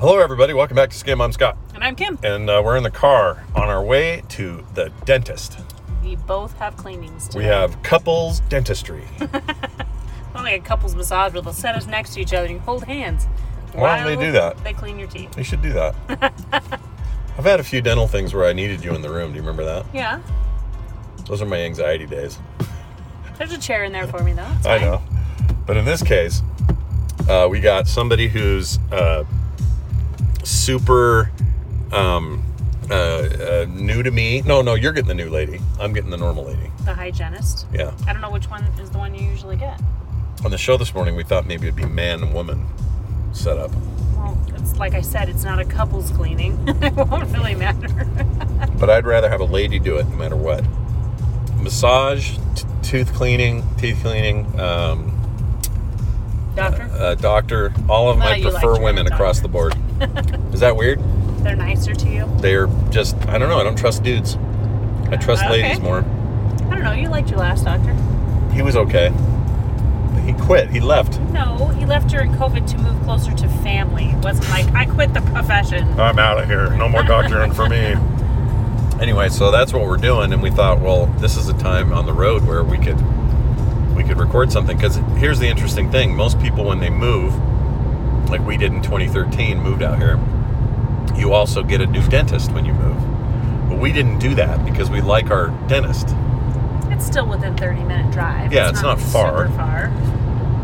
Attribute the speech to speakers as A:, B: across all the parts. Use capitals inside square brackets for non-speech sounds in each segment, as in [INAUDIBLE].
A: Hello, everybody. Welcome back to Skim. I'm Scott,
B: And I'm Kim.
A: and uh, we're in the car on our way to the dentist.
B: We both have cleanings today.
A: We have couples dentistry.
B: Only a couple's massage where they'll set us next to each other and you hold hands.
A: Why don't they
B: while
A: do that?
B: They clean your teeth.
A: They should do that. I've had a few dental things where I needed you in the room. Do you remember that?
B: Yeah.
A: Those are my anxiety days.
B: There's a chair in there for me though. It's
A: I
B: fine.
A: know. But in this case, uh, we got somebody who's uh, super um, uh, uh, new to me. No, no, you're getting the new lady. I'm getting the normal lady.
B: The hygienist.
A: Yeah.
B: I don't know which one is the one you usually get.
A: On the show this morning, we thought maybe it'd be man and woman set up.
B: Well, it's like I said, it's not a couple's cleaning. [LAUGHS] it won't really matter.
A: but I'd rather have a lady do it no matter what. Massage, t- tooth cleaning, teeth cleaning, um,
B: Doctor,
A: uh, doctor, all of them.
B: Well,
A: I
B: you like
A: prefer
B: your
A: women
B: doctor.
A: across the board. Is that weird?
B: they're nicer to you.
A: They're just, I don't know, I don't trust dudes. I trust
B: Uh, Okay.
A: ladies more.
B: I don't know. You liked your last doctor.
A: He was okay. He quit, he left.
B: No, he left during COVID to move closer to family. It wasn't like I quit the profession.
A: I'm out of here. No more doctoring for
B: [LAUGHS]
A: me. Anyway, so that's what we're doing, and we thought, well, this is a time on the road where we could we could record something. Because here's the interesting thing: most people, when they move, like we did in 2013, moved out here, you also get a new dentist when you move. But we didn't do that because we like our dentist.
B: It's still within 30 minute drive.
A: Yeah, it's not far.
B: Super far.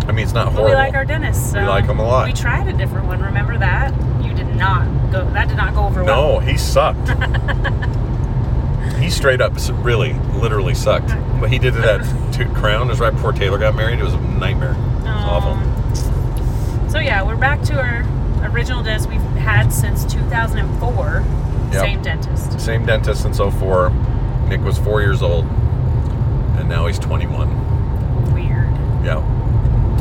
A: I mean, it's not
B: But
A: horrible.
B: we like our dentists.
A: We
B: so
A: like 'em a lot.
B: We tried a different one. Remember that? You did not go. That did not go over well.
A: No, he
B: [LAUGHS]
A: sucked. he straight up, s- really, literally sucked. But he did it
B: [LAUGHS]
A: at Toot Crown. It was right before Taylor got married. It was a nightmare. It was
B: Oh.
A: awful.
B: awful. Um, So yeah, we're back to our original dentist we've had since 2004.
A: Yep.
B: Same dentist.
A: Same dentist since 04. Nick was four years old, and now he's 21.
B: Weird.
A: Yeah.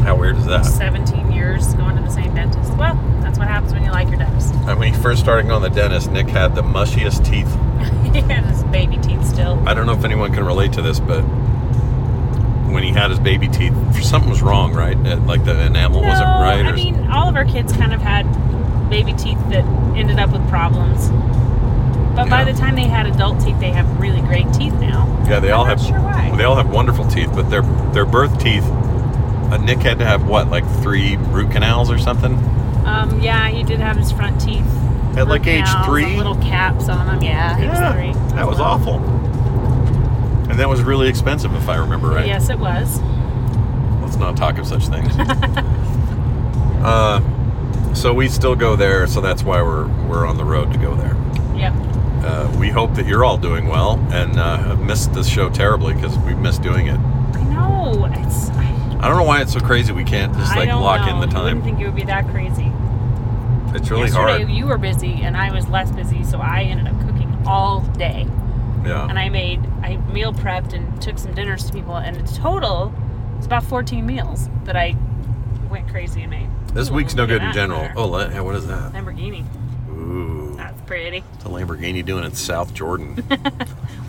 A: How weird is that?
B: 17 years going to the same dentist. Well, that's what happens when you like your dentist. [LAUGHS]
A: And when he first started going to the dentist, Nick had the mushiest teeth.
B: he had his baby teeth still.
A: I don't know if anyone can relate to this, but when he had his baby teeth, something was wrong, right? Like the enamel wasn't
B: no,
A: right.
B: I
A: or
B: mean, all of our kids kind of had baby teeth that ended up with problems. But by
A: Yeah.
B: the time they had adult teeth, they have really great teeth now.
A: Yeah, they
B: I'm
A: all
B: not
A: have.
B: sure why.
A: They all have wonderful teeth, but their their birth teeth. Uh, Nick had to have what, like three root canals or something.
B: Um, yeah, he did have his front teeth.
A: At, like,
B: root
A: age
B: canals and
A: three?
B: Little caps on them. Yeah, age three.
A: that was awful. And that was really expensive, if I remember right.
B: Yes, it was.
A: Let's not talk of such
B: [LAUGHS]
A: things. uh, so we still go there, so that's why we're we're on the road to go there.
B: Yep.
A: Uh, we hope that you're all doing well and uh, have missed this show terribly because we missed doing it.
B: I know. It's. I,
A: I don't know why it's so crazy. We can't just
B: I
A: like
B: don't
A: lock
B: know.
A: in the
B: I
A: time.
B: didn't think it would be that crazy.
A: It's really
B: Yesterday
A: hard.
B: you were busy and I was less busy, so I ended up cooking all day.
A: yeah.
B: And I made, I meal prepped and took some dinners to people, and the total was about 14 meals that I went crazy and made.
A: this
B: Ooh,
A: week's no
B: look at
A: good in
B: that
A: general.
B: there.
A: Oh, le- yeah, what is that?
B: Lamborghini.
A: Ooh,
B: That's pretty.
A: it's a Lamborghini doing in South Jordan.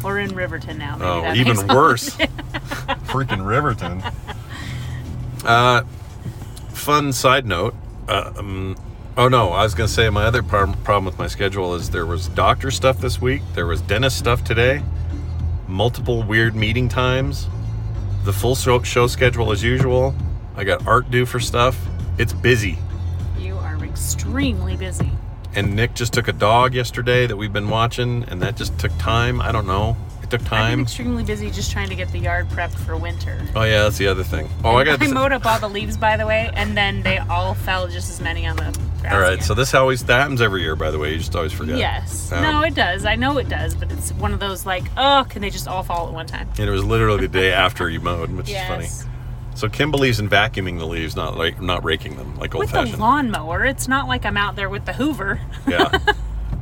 B: We're in Riverton now. Maybe
A: Oh,
B: that makes
A: even
B: all-
A: worse. Freaking Riverton. Uh, fun side note. Uh, um, oh no, I was gonna say my other par- problem with my schedule is there was doctor stuff this week. There was dentist stuff today. Multiple weird meeting times. The full show, show schedule as usual. I got art due for stuff. It's busy.
B: You are extremely busy.
A: And Nick just took a dog yesterday that we've been watching, and that just took time. I don't know. It took
B: I'm
A: time.
B: extremely busy just trying to get the yard prepped for winter.
A: Oh yeah, that's the other thing. Oh, I got.
B: I mowed up all the leaves, by the way, and then they all fell just as many on the grass.
A: All right,
B: again.
A: so this always that happens every year, by the way. You just always forget.
B: Yes.
A: Um,
B: no, it does. I know it does, but it's one of those like, oh, can they just all fall at one time?
A: And it was literally the day after you mowed, which is
B: Yes.
A: funny. So Kim believes in vacuuming the leaves, not like not raking them, like old
B: With the
A: fashioned.
B: lawnmower, it's not like I'm out there with the Hoover.
A: yeah.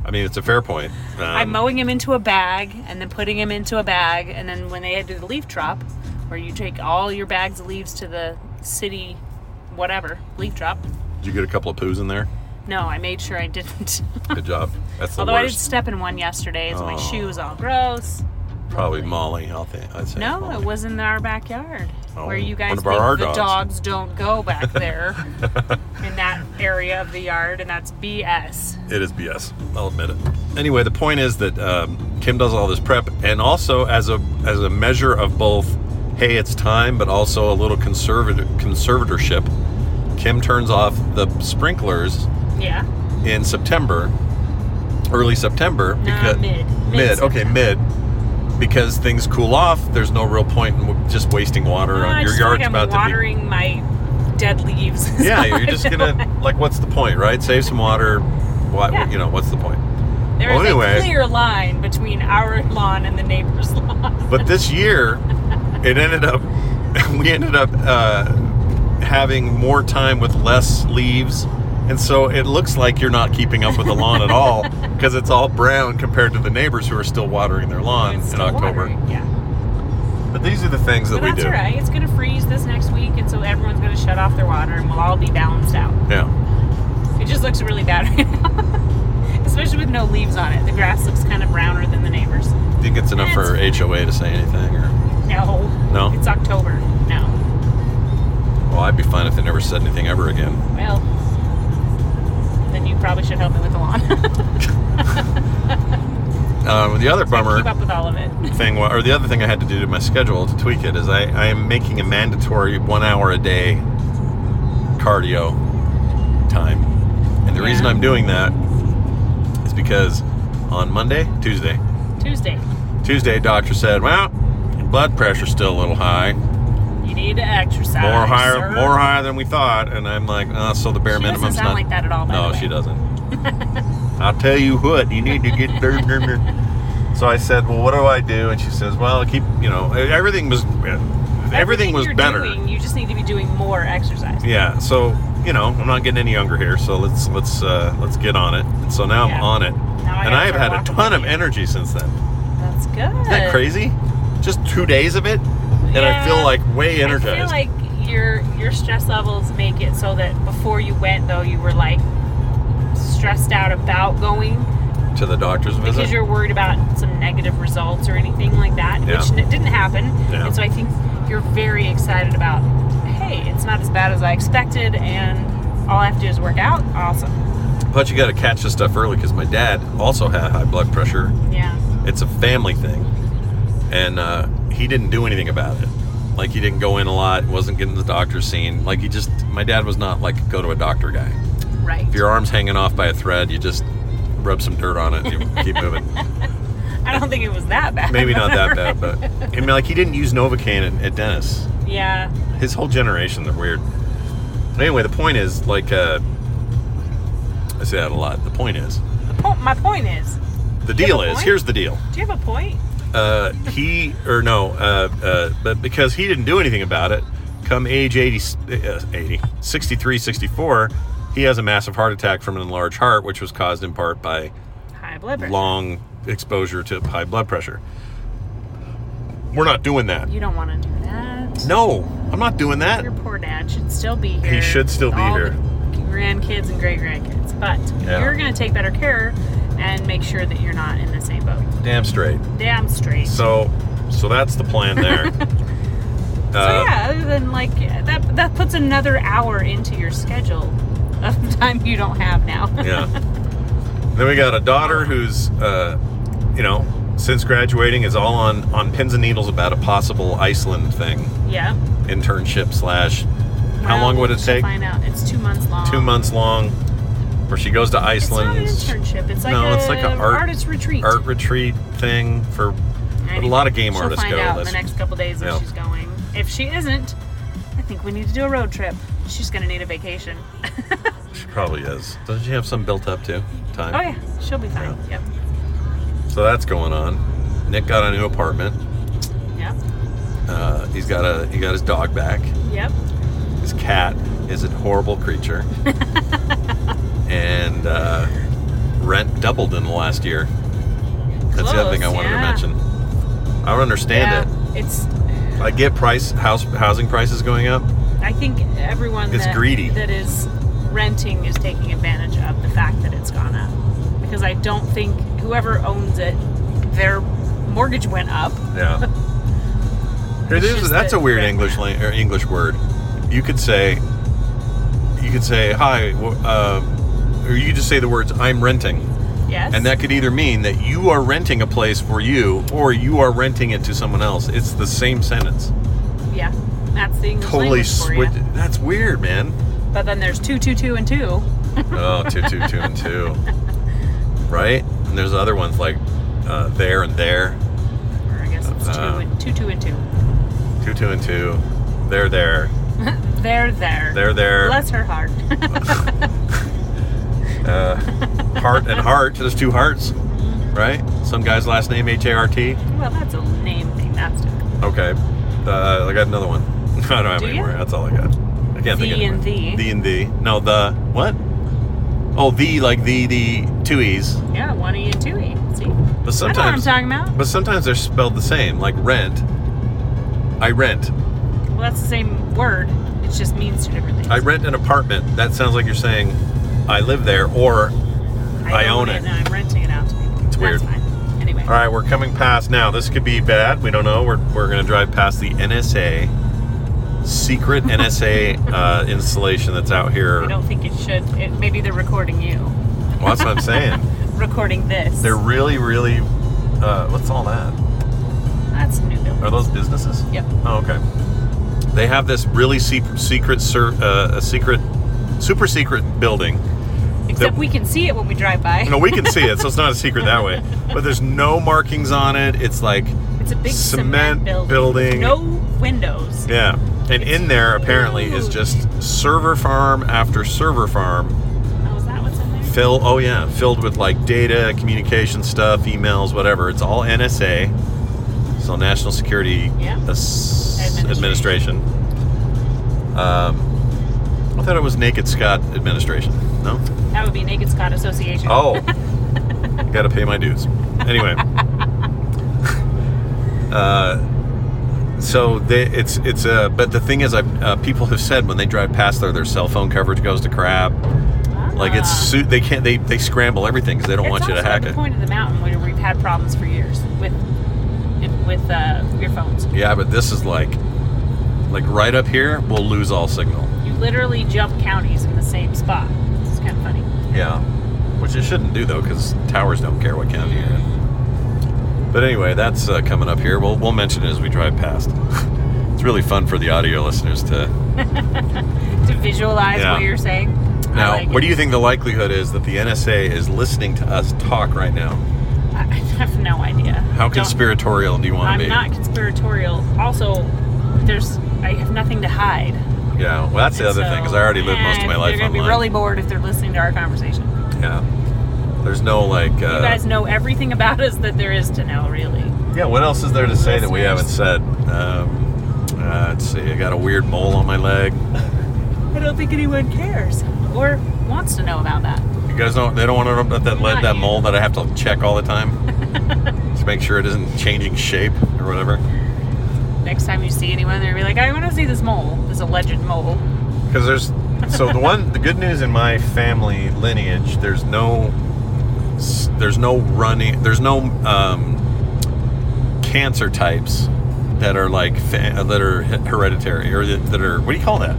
A: I mean, it's a fair point. Um,
B: I'm mowing him into a bag and then putting him into a bag, and then when they do the leaf drop, where you take all your bags of leaves to the city, whatever leaf drop.
A: Did you get a couple of poos in there?
B: No, I made sure I didn't.
A: [LAUGHS] Good job. That's the
B: Although I did
A: worst.
B: step in one yesterday, so my
A: Oh.
B: shoe was all gross.
A: Probably Molly. I'll think. I'd say
B: No,
A: Molly.
B: it was in our backyard
A: Oh,
B: where you guys
A: one of
B: think
A: our
B: the
A: dogs.
B: dogs. don't go back
A: [LAUGHS]
B: there in that area of the yard, and that's BS.
A: It is BS. I'll admit it. Anyway, the point is that um, Kim does all this prep, and also as a as a measure of both, hey, it's time, but also a little conservative conservatorship. Kim turns off the sprinklers
B: Yeah.
A: in September, early September, because
B: mid.
A: mid, okay, mid, because things cool off. There's no real point in w- just wasting water
B: Ah, I
A: on your
B: just feel
A: yard's
B: like I'm
A: about to be
B: watering my dead leaves. is [LAUGHS]
A: yeah,
B: all
A: you're
B: I
A: just
B: feel like.
A: gonna like, what's the point, right? Save some water. Why,
B: Yeah.
A: you know, what's the point?
B: There
A: Well,
B: is
A: anyway.
B: a clear line between our lawn and the neighbor's lawn.
A: But this year, it ended up [LAUGHS] we ended up uh, having more time with less leaves, and so it looks like you're not keeping up with the lawn at
B: [LAUGHS]
A: all because it's all brown compared to the neighbors who are still watering their lawn
B: It's
A: in
B: still
A: October.
B: watering, Yeah.
A: But these are the things that
B: But
A: we
B: that's
A: do.
B: all right. It's going to freeze this next week, and so everyone's going to shut off their water, and we'll all be balanced out.
A: Yeah,
B: It just looks really bad right now. [LAUGHS] Especially with no leaves on it. The grass looks kind of browner than the neighbors.
A: I think it's enough for HOA to say anything. Or
B: No.
A: No?
B: It's October. No.
A: well, I'd be fine if they never said anything ever again.
B: Well, then you probably should help me with the lawn. [LAUGHS]
A: Um, the other bummer.
B: Keep up with all of it. [LAUGHS]
A: thing, or the other thing I had to do to my schedule to tweak it is I, I am making a mandatory one hour a day cardio time. And the
B: Yeah.
A: reason I'm doing that is because on Monday, Tuesday,
B: Tuesday.
A: Tuesday, doctor said, well, your blood pressure's still a little high, more
B: You need to exercise.
A: higher,
B: sir.
A: more higher than we thought. And I'm like, uh, so the bare
B: She doesn't
A: minimum's
B: sound
A: not
B: like that at all, by
A: no,
B: the way.
A: she
B: [LAUGHS]
A: doesn't. I'll tell you what, you need to get there. there, there. So I said, well, what do I do? And she says, well, keep, you know, e-, everything was, everything, was
B: you're
A: better.
B: doing, you just need to be doing more exercise.
A: Yeah. So you know, I'm not getting any younger here. So let's let's uh, let's get on it. And so now
B: Yeah.
A: I'm on it,
B: Now I
A: and
B: gotta
A: I have had
B: start
A: a
B: walking
A: ton of
B: again.
A: energy since then. Isn't
B: That's good. Isn't
A: that crazy? Just two days of it, and I
B: Yeah.
A: feel like way energized.
B: I feel like your your stress levels make it so that before you went though you were like stressed out about going
A: to the doctor's
B: because
A: visit.
B: you're worried about some negative results or anything like that,
A: Yeah.
B: which n- didn't happen.
A: Yeah.
B: And so I think you're very excited about, hey, it's not as bad as I expected, and all I have to do is work out. Awesome.
A: But you got to catch this stuff early because my dad also had high blood pressure.
B: Yeah.
A: It's a family thing, and uh, he didn't do anything about it. Like he didn't go in a lot, wasn't getting the doctor seen. Like he just, my dad was not like a go to a doctor guy.
B: Right.
A: If your arm's hanging off by a thread, you just rub some dirt on it and you keep moving.
B: I don't think it was that bad.
A: Maybe not that bad, but I mean, like he didn't use Novocaine at, at Dennis.
B: Yeah.
A: His whole generation, they're weird. Anyway, the point is, like, uh, I say that a lot. The point is,
B: The po- my point is,
A: the
B: You have a
A: deal is,
B: point?
A: here's the deal.
B: do you have a point?
A: uh, he or no, uh, uh, but because he didn't do anything about it, Come age 80, uh, 80, 63, 64, he has a massive heart attack from an enlarged heart, which was caused in part by
B: High blood pressure.
A: long exposure to high blood pressure. We're not doing that.
B: You don't want to do that.
A: No, I'm not doing that.
B: Your poor dad should still be here.
A: He should still
B: with
A: be
B: all
A: here.
B: The grandkids and great grandkids. But
A: Yeah.
B: you're going to take better care and make sure that you're not in the same boat.
A: Damn straight.
B: Damn straight. So,
A: So, so that's the plan there. Uh,
B: yeah, other than like that, that puts another hour into your schedule of [LAUGHS] time you don't have now.
A: yeah. Then we got a daughter who's, uh, you know, since graduating is all on on pins and needles about a possible Iceland thing
B: [LAUGHS] yeah.
A: internship slash. How
B: Well,
A: long would it
B: she'll
A: take?
B: Find out. It's two months long.
A: Two months long, where she goes to
B: It's not
A: Iceland.
B: an internship. It's like
A: no,
B: a
A: it's like an art
B: artist retreat.
A: art retreat thing for
B: Anyway,
A: a lot of game
B: she'll
A: artists
B: find
A: go.
B: out in
A: That's-
B: the next couple days if
A: Yeah.
B: she's going. If she isn't, I think we need to do a road trip. She's gonna need a vacation.
A: She probably is. Doesn't she have some built up too? Time.
B: Oh yeah, she'll be fine. Yep.
A: So that's going on. Nick got a new apartment.
B: Yep.
A: Uh, he's got a he got his dog back.
B: Yep.
A: His cat is a horrible
B: [LAUGHS]
A: creature. and uh, rent doubled in the last year. That's the other
B: Close,
A: thing I wanted
B: yeah.
A: to mention. I don't understand
B: yeah. It's.
A: it. I get price house housing prices going up.
B: I think everyone
A: It's
B: that,
A: greedy.
B: that is renting is taking advantage of the fact that it's gone up because I don't think whoever owns it, their mortgage went up.
A: Yeah. Here,
B: It's
A: there's-
B: just
A: that's
B: that
A: a weird
B: right
A: English
B: now-
A: lang- or English word. You could say, you could say, "Hi," w- uh, or you could just say the words, "I'm renting,"
B: Yes.
A: and that could either mean that you are renting a place for you, or you are renting it to someone else. It's the same sentence.
B: Yeah. That's the English
A: Totally
B: language for
A: switch.
B: you.
A: That's weird, man.
B: But then there's two, two, two, and two.
A: Oh, two, two, two, and two. Right? And there's other ones like uh, there and there,
B: Or I guess it's two,
A: Uh,
B: and, two, two, and two.
A: two, two, and two. There, there,
B: They're there.
A: there, there.
B: Bless her heart. [LAUGHS]
A: heart and heart. There's two hearts, right? Some guy's last name H A R T.
B: well, that's a name thing. That's different.
A: Okay, uh, I got another one. [LAUGHS] I don't have
B: Do
A: any
B: you?
A: more. That's all I got. I can't think of
B: The
A: any more.
B: and the.
A: The and the. No, the what? Oh, the like the the two e's.
B: Yeah, one E and two E.
A: But
B: See? I know what I'm talking
A: sometimes,
B: about.
A: but sometimes they're spelled the same. Like rent. I rent.
B: well, that's the same word. It just means two different things.
A: I rent an apartment. That sounds like you're saying I live there or I own it.
B: And I'm renting it out to people.
A: It's weird.
B: That's fine. Anyway.
A: All right, we're coming past now. This could be bad. We don't know. We're, we're going to drive past the NSA, secret NSA uh, installation that's out here.
B: I
A: Well,
B: don't think it should. It, maybe they're recording you.
A: that's what I'm saying.
B: Recording this.
A: They're really, really. Uh, what's all that?
B: that's a new building.
A: Are those businesses?
B: Yep.
A: Oh, okay. They have this really secret, secret, sur- uh, a secret, super secret building.
B: Except
A: the-
B: we can see it when we drive by.
A: No, we can see it, so it's not a secret that way. But there's no markings on it. It's like,
B: It's a big
A: Cement
B: cement,
A: building.
B: building. No windows.
A: yeah. And in there, apparently, is just server farm after server farm.
B: Oh, is that what's in there?
A: Fill, oh yeah, filled with like data, communication stuff, emails, whatever. It's all NSA, so National Security
B: Yeah.
A: As-
B: Administration.
A: Administration. Um, I thought it was Naked Scott Administration. No.
B: That would be Naked Scott Association.
A: Oh, gotta pay my dues. Anyway, uh, so they, it's it's uh, but the thing is, I uh, people have said when they drive past there, their cell phone coverage goes to crap. Like it's
B: Ah.
A: suit they can't they they scramble everything because they don't
B: It's
A: want you to
B: also at
A: hack
B: the
A: it.
B: point of the mountain where we've had problems for years with with uh, your phones.
A: Yeah, but this is like like right up here, we'll lose all signal.
B: You literally jump counties in the same spot. It's kind of funny.
A: Yeah, which it shouldn't do though because towers don't care what county you're in. But anyway, that's uh, coming up here. We'll we'll mention it as we drive past. [LAUGHS] it's really fun for the audio listeners to.
B: To visualize
A: Yeah.
B: what you're saying. I
A: Now,
B: like
A: what
B: it.
A: do you think the likelihood is that the NSA is listening to us talk right now?
B: I [LAUGHS] I have no idea.
A: How
B: Don't-
A: conspiratorial do you want
B: I'm
A: to be?
B: not conspiratorial. Also, there's I have nothing to hide.
A: Yeah, well, that's the other thing because I already lived most of my life
B: They're gonna
A: online.
B: be really bored if they're listening to our conversation.
A: yeah, there's no like. Uh,
B: you guys know everything about us that there is to know, really.
A: Yeah, what else is there to say that we haven't
B: Listeners.
A: said? Um, I Uh, let's see, I got a weird mole on my leg.
B: I don't think anyone cares or wants to know about that.
A: You guys don't, they don't want to know about that lead,
B: Not
A: that
B: yet.
A: mole that I have to check all the time. Just make sure it isn't changing shape or whatever.
B: Next time you see anyone, they're gonna be like, I want to see this mole, this alleged mole.
A: Because there's, so the one, the good news in my family lineage, there's no, there's no running, there's no um, cancer types that are like, fa- that are hereditary or that that are, what do you call that?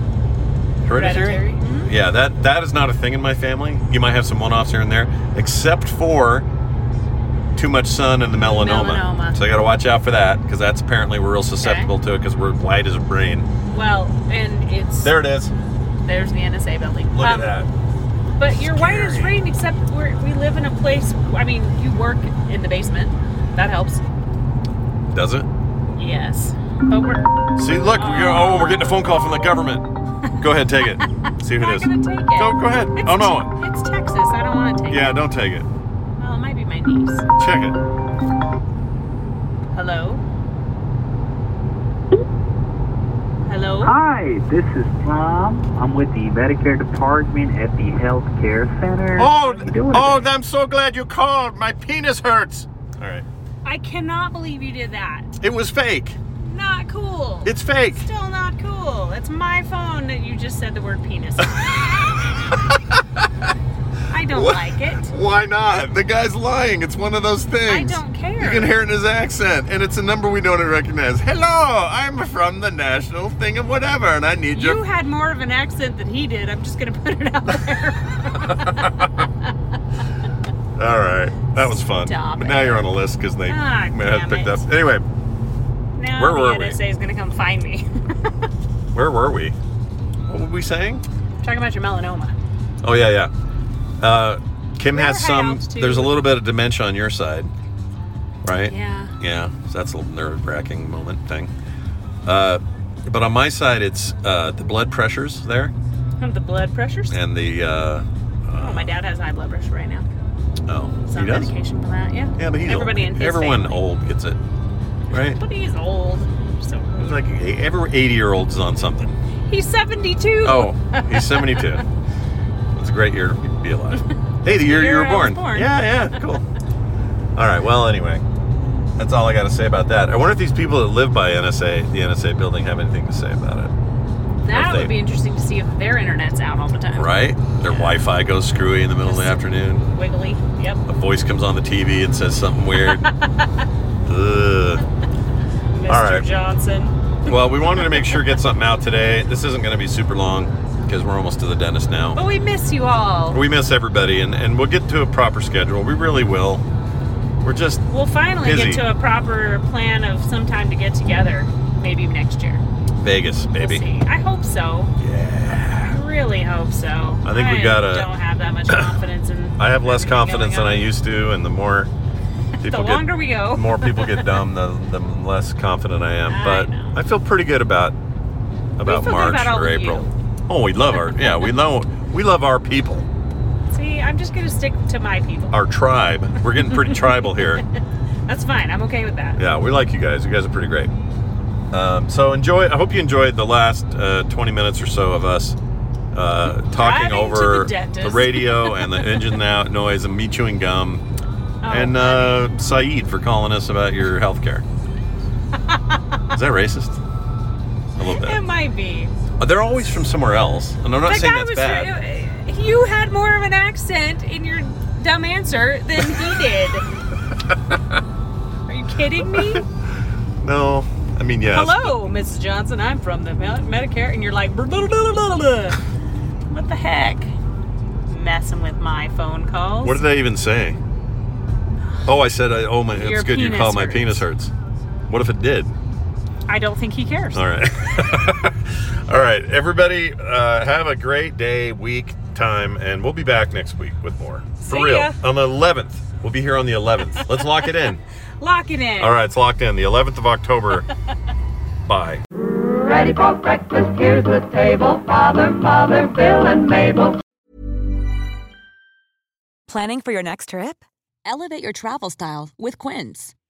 B: Mhm.
A: Yeah, that that is not a thing in my family. You might have some one-offs here and there, except for too much sun and the melanoma.
B: Melanoma.
A: So I got to watch out for that because that's apparently we're real susceptible to it because we're light as a brain.
B: Well, and it's
A: There it is.
B: there's the NSA building.
A: Look at
B: Um,
A: that.
B: But you're white as
A: Scary.
B: rain, except we're, we live in a place. I mean, you work in the basement. That helps.
A: Does it?
B: Yes. But we're
A: See, look. We go, oh, we're getting a phone call from the government. Go ahead,
B: [LAUGHS]
A: take it. See who it
B: not
A: is.
B: gonna take it.
A: Go, go ahead.
B: It's
A: Oh no.
B: Te- it's Texas. I don't want to take
A: Yeah,
B: it.
A: don't take it.
B: Well, it might be my niece.
A: Check it.
B: Hello. Hello.
C: Hi, this is Tom. I'm with the Medicare department at the Health Care Center. How
A: Oh,
C: you doing
A: oh,
C: today?
A: I'm so glad you called. My penis hurts. All right.
B: I cannot believe you did that.
A: It was fake.
B: Not cool.
A: It's fake.
B: still not cool. It's my phone that you just said the word penis. on.
A: [LAUGHS]
B: I don't
A: What?
B: like it.
A: Why not? The guy's lying. It's one of those things.
B: I don't care.
A: You can hear it in his accent, and it's a number we don't recognize. Hello, I'm from the national thing of whatever, and I need
B: You
A: your.
B: had more of an accent than he did. I'm just gonna [LAUGHS] put it out there.
A: All right, that was fun.
B: Stop
A: but now
B: it.
A: you're on a list because they
B: Ah,
A: may have
B: damn
A: picked
B: it.
A: up. Anyway,
B: now
A: Where were
B: the
A: we?
B: NSA is gonna come find me. [LAUGHS]
A: where were we? What were we saying?
B: Talking about your melanoma.
A: Oh yeah, yeah. Uh, Kim
B: We
A: has
B: were
A: some.
B: hangouts, too.
A: There's a little bit of dementia on your side, right?
B: Yeah.
A: Yeah, so that's a nerve wracking moment thing. Uh, but on my side, it's uh, the blood pressures there
B: The blood pressures.
A: and the. Uh,
B: Oh, my dad has high blood pressure right now.
A: oh,
B: He's
A: he
B: on
A: does?
B: medication for that. Yeah.
A: Yeah, but he's
B: everybody
A: old.
B: in his
A: Everyone
B: family.
A: old gets it, right?
B: But he's old. So
A: It's like e- every 80 year old's on something.
B: he's 72.
A: Oh, he's 72. It's a great year to be
B: [LAUGHS]
A: alive. Hey, the year,
B: year
A: you were
B: I was
A: born.
B: born.
A: Yeah, yeah, cool. all right, well, anyway, that's all I got to say about that. I wonder if these people that live by NSA, the NSA building, have anything to say about it.
B: that
A: they-
B: would be interesting to see if their internet's out all the time.
A: Right? Their Wi Fi goes screwy in the middle of the afternoon.
B: Wiggly. Yep.
A: A voice comes on the TV and says something
B: [LAUGHS]
A: weird. Ugh.
B: Mr.
A: All right.
B: Johnson.
A: Well, we wanted to make sure get something out today. This isn't going to be super long because we're almost to the dentist now.
B: But we miss you all.
A: We miss everybody, and, and we'll get to a proper schedule. We really will. We're just
B: We'll finally
A: Busy.
B: get to a proper plan of some time to get together, maybe next year.
A: Vegas, baby.
B: We'll see. I hope so. Yeah. I really hope so. I
A: think we gotta-
B: Don't have that much confidence in.
A: [COUGHS] I have less
B: everything
A: confidence than
B: going
A: I
B: on.
A: used to, and the more
B: [LAUGHS] The
A: people
B: longer
A: get,
B: we go.
A: the [LAUGHS] more people get dumb, the, the less confident I am.
B: I
A: But
B: know.
A: I, feel pretty good about about
B: feel good
A: March
B: about all
A: or
B: of you.
A: April. Oh, we love our yeah, we love we love our people,
B: See, I'm just gonna stick to my people.
A: our tribe. We're getting
B: [LAUGHS]
A: pretty tribal here.
B: That's fine. I'm okay with that.
A: Yeah, we like you guys. You guys are pretty great. Um, so enjoy. I hope you enjoyed the last uh, 20 minutes or so of us uh, talking
B: Driving to
A: over
B: the dentist. [LAUGHS]
A: radio and the engine out noise and me chewing gum
B: Oh,
A: and uh, Saeed for calling us about your health care.
B: [LAUGHS]
A: Is that racist? A little
B: it
A: bit. Uh,
B: might be.
A: They're always from somewhere else, and I'm not
B: The
A: saying
B: guy
A: that's
B: was.
A: bad.
B: You had more of an accent in your dumb answer than
A: [LAUGHS]
B: he did. Are you kidding me?
A: No, I mean yes.
B: Hello, Mrs. Johnson. I'm from the Mel- Medicare, and you're like, "Blah, blah, blah, blah, blah." what the heck? Messing with my phone calls.
A: What did I even say? Oh, I said, I, oh my, it's
B: Your
A: good you
B: penis
A: called my
B: hurts.
A: penis hurts. What if it did?
B: I don't think he cares.
A: All right. [LAUGHS] All right. Everybody, uh, have a great day, week, time, and we'll be back next week with more. For
B: See
A: real.
B: ya.
A: On the 11th. We'll be here on the 11th. Let's lock it
B: [LAUGHS]
A: in.
B: Lock it in.
A: All right. It's locked in. The 11th of
B: [LAUGHS]
A: October. Bye.
D: Ready for breakfast, here's the table. Father, Mother, Bill, and Mabel.
E: Planning for your next trip? Elevate your travel style with Quince.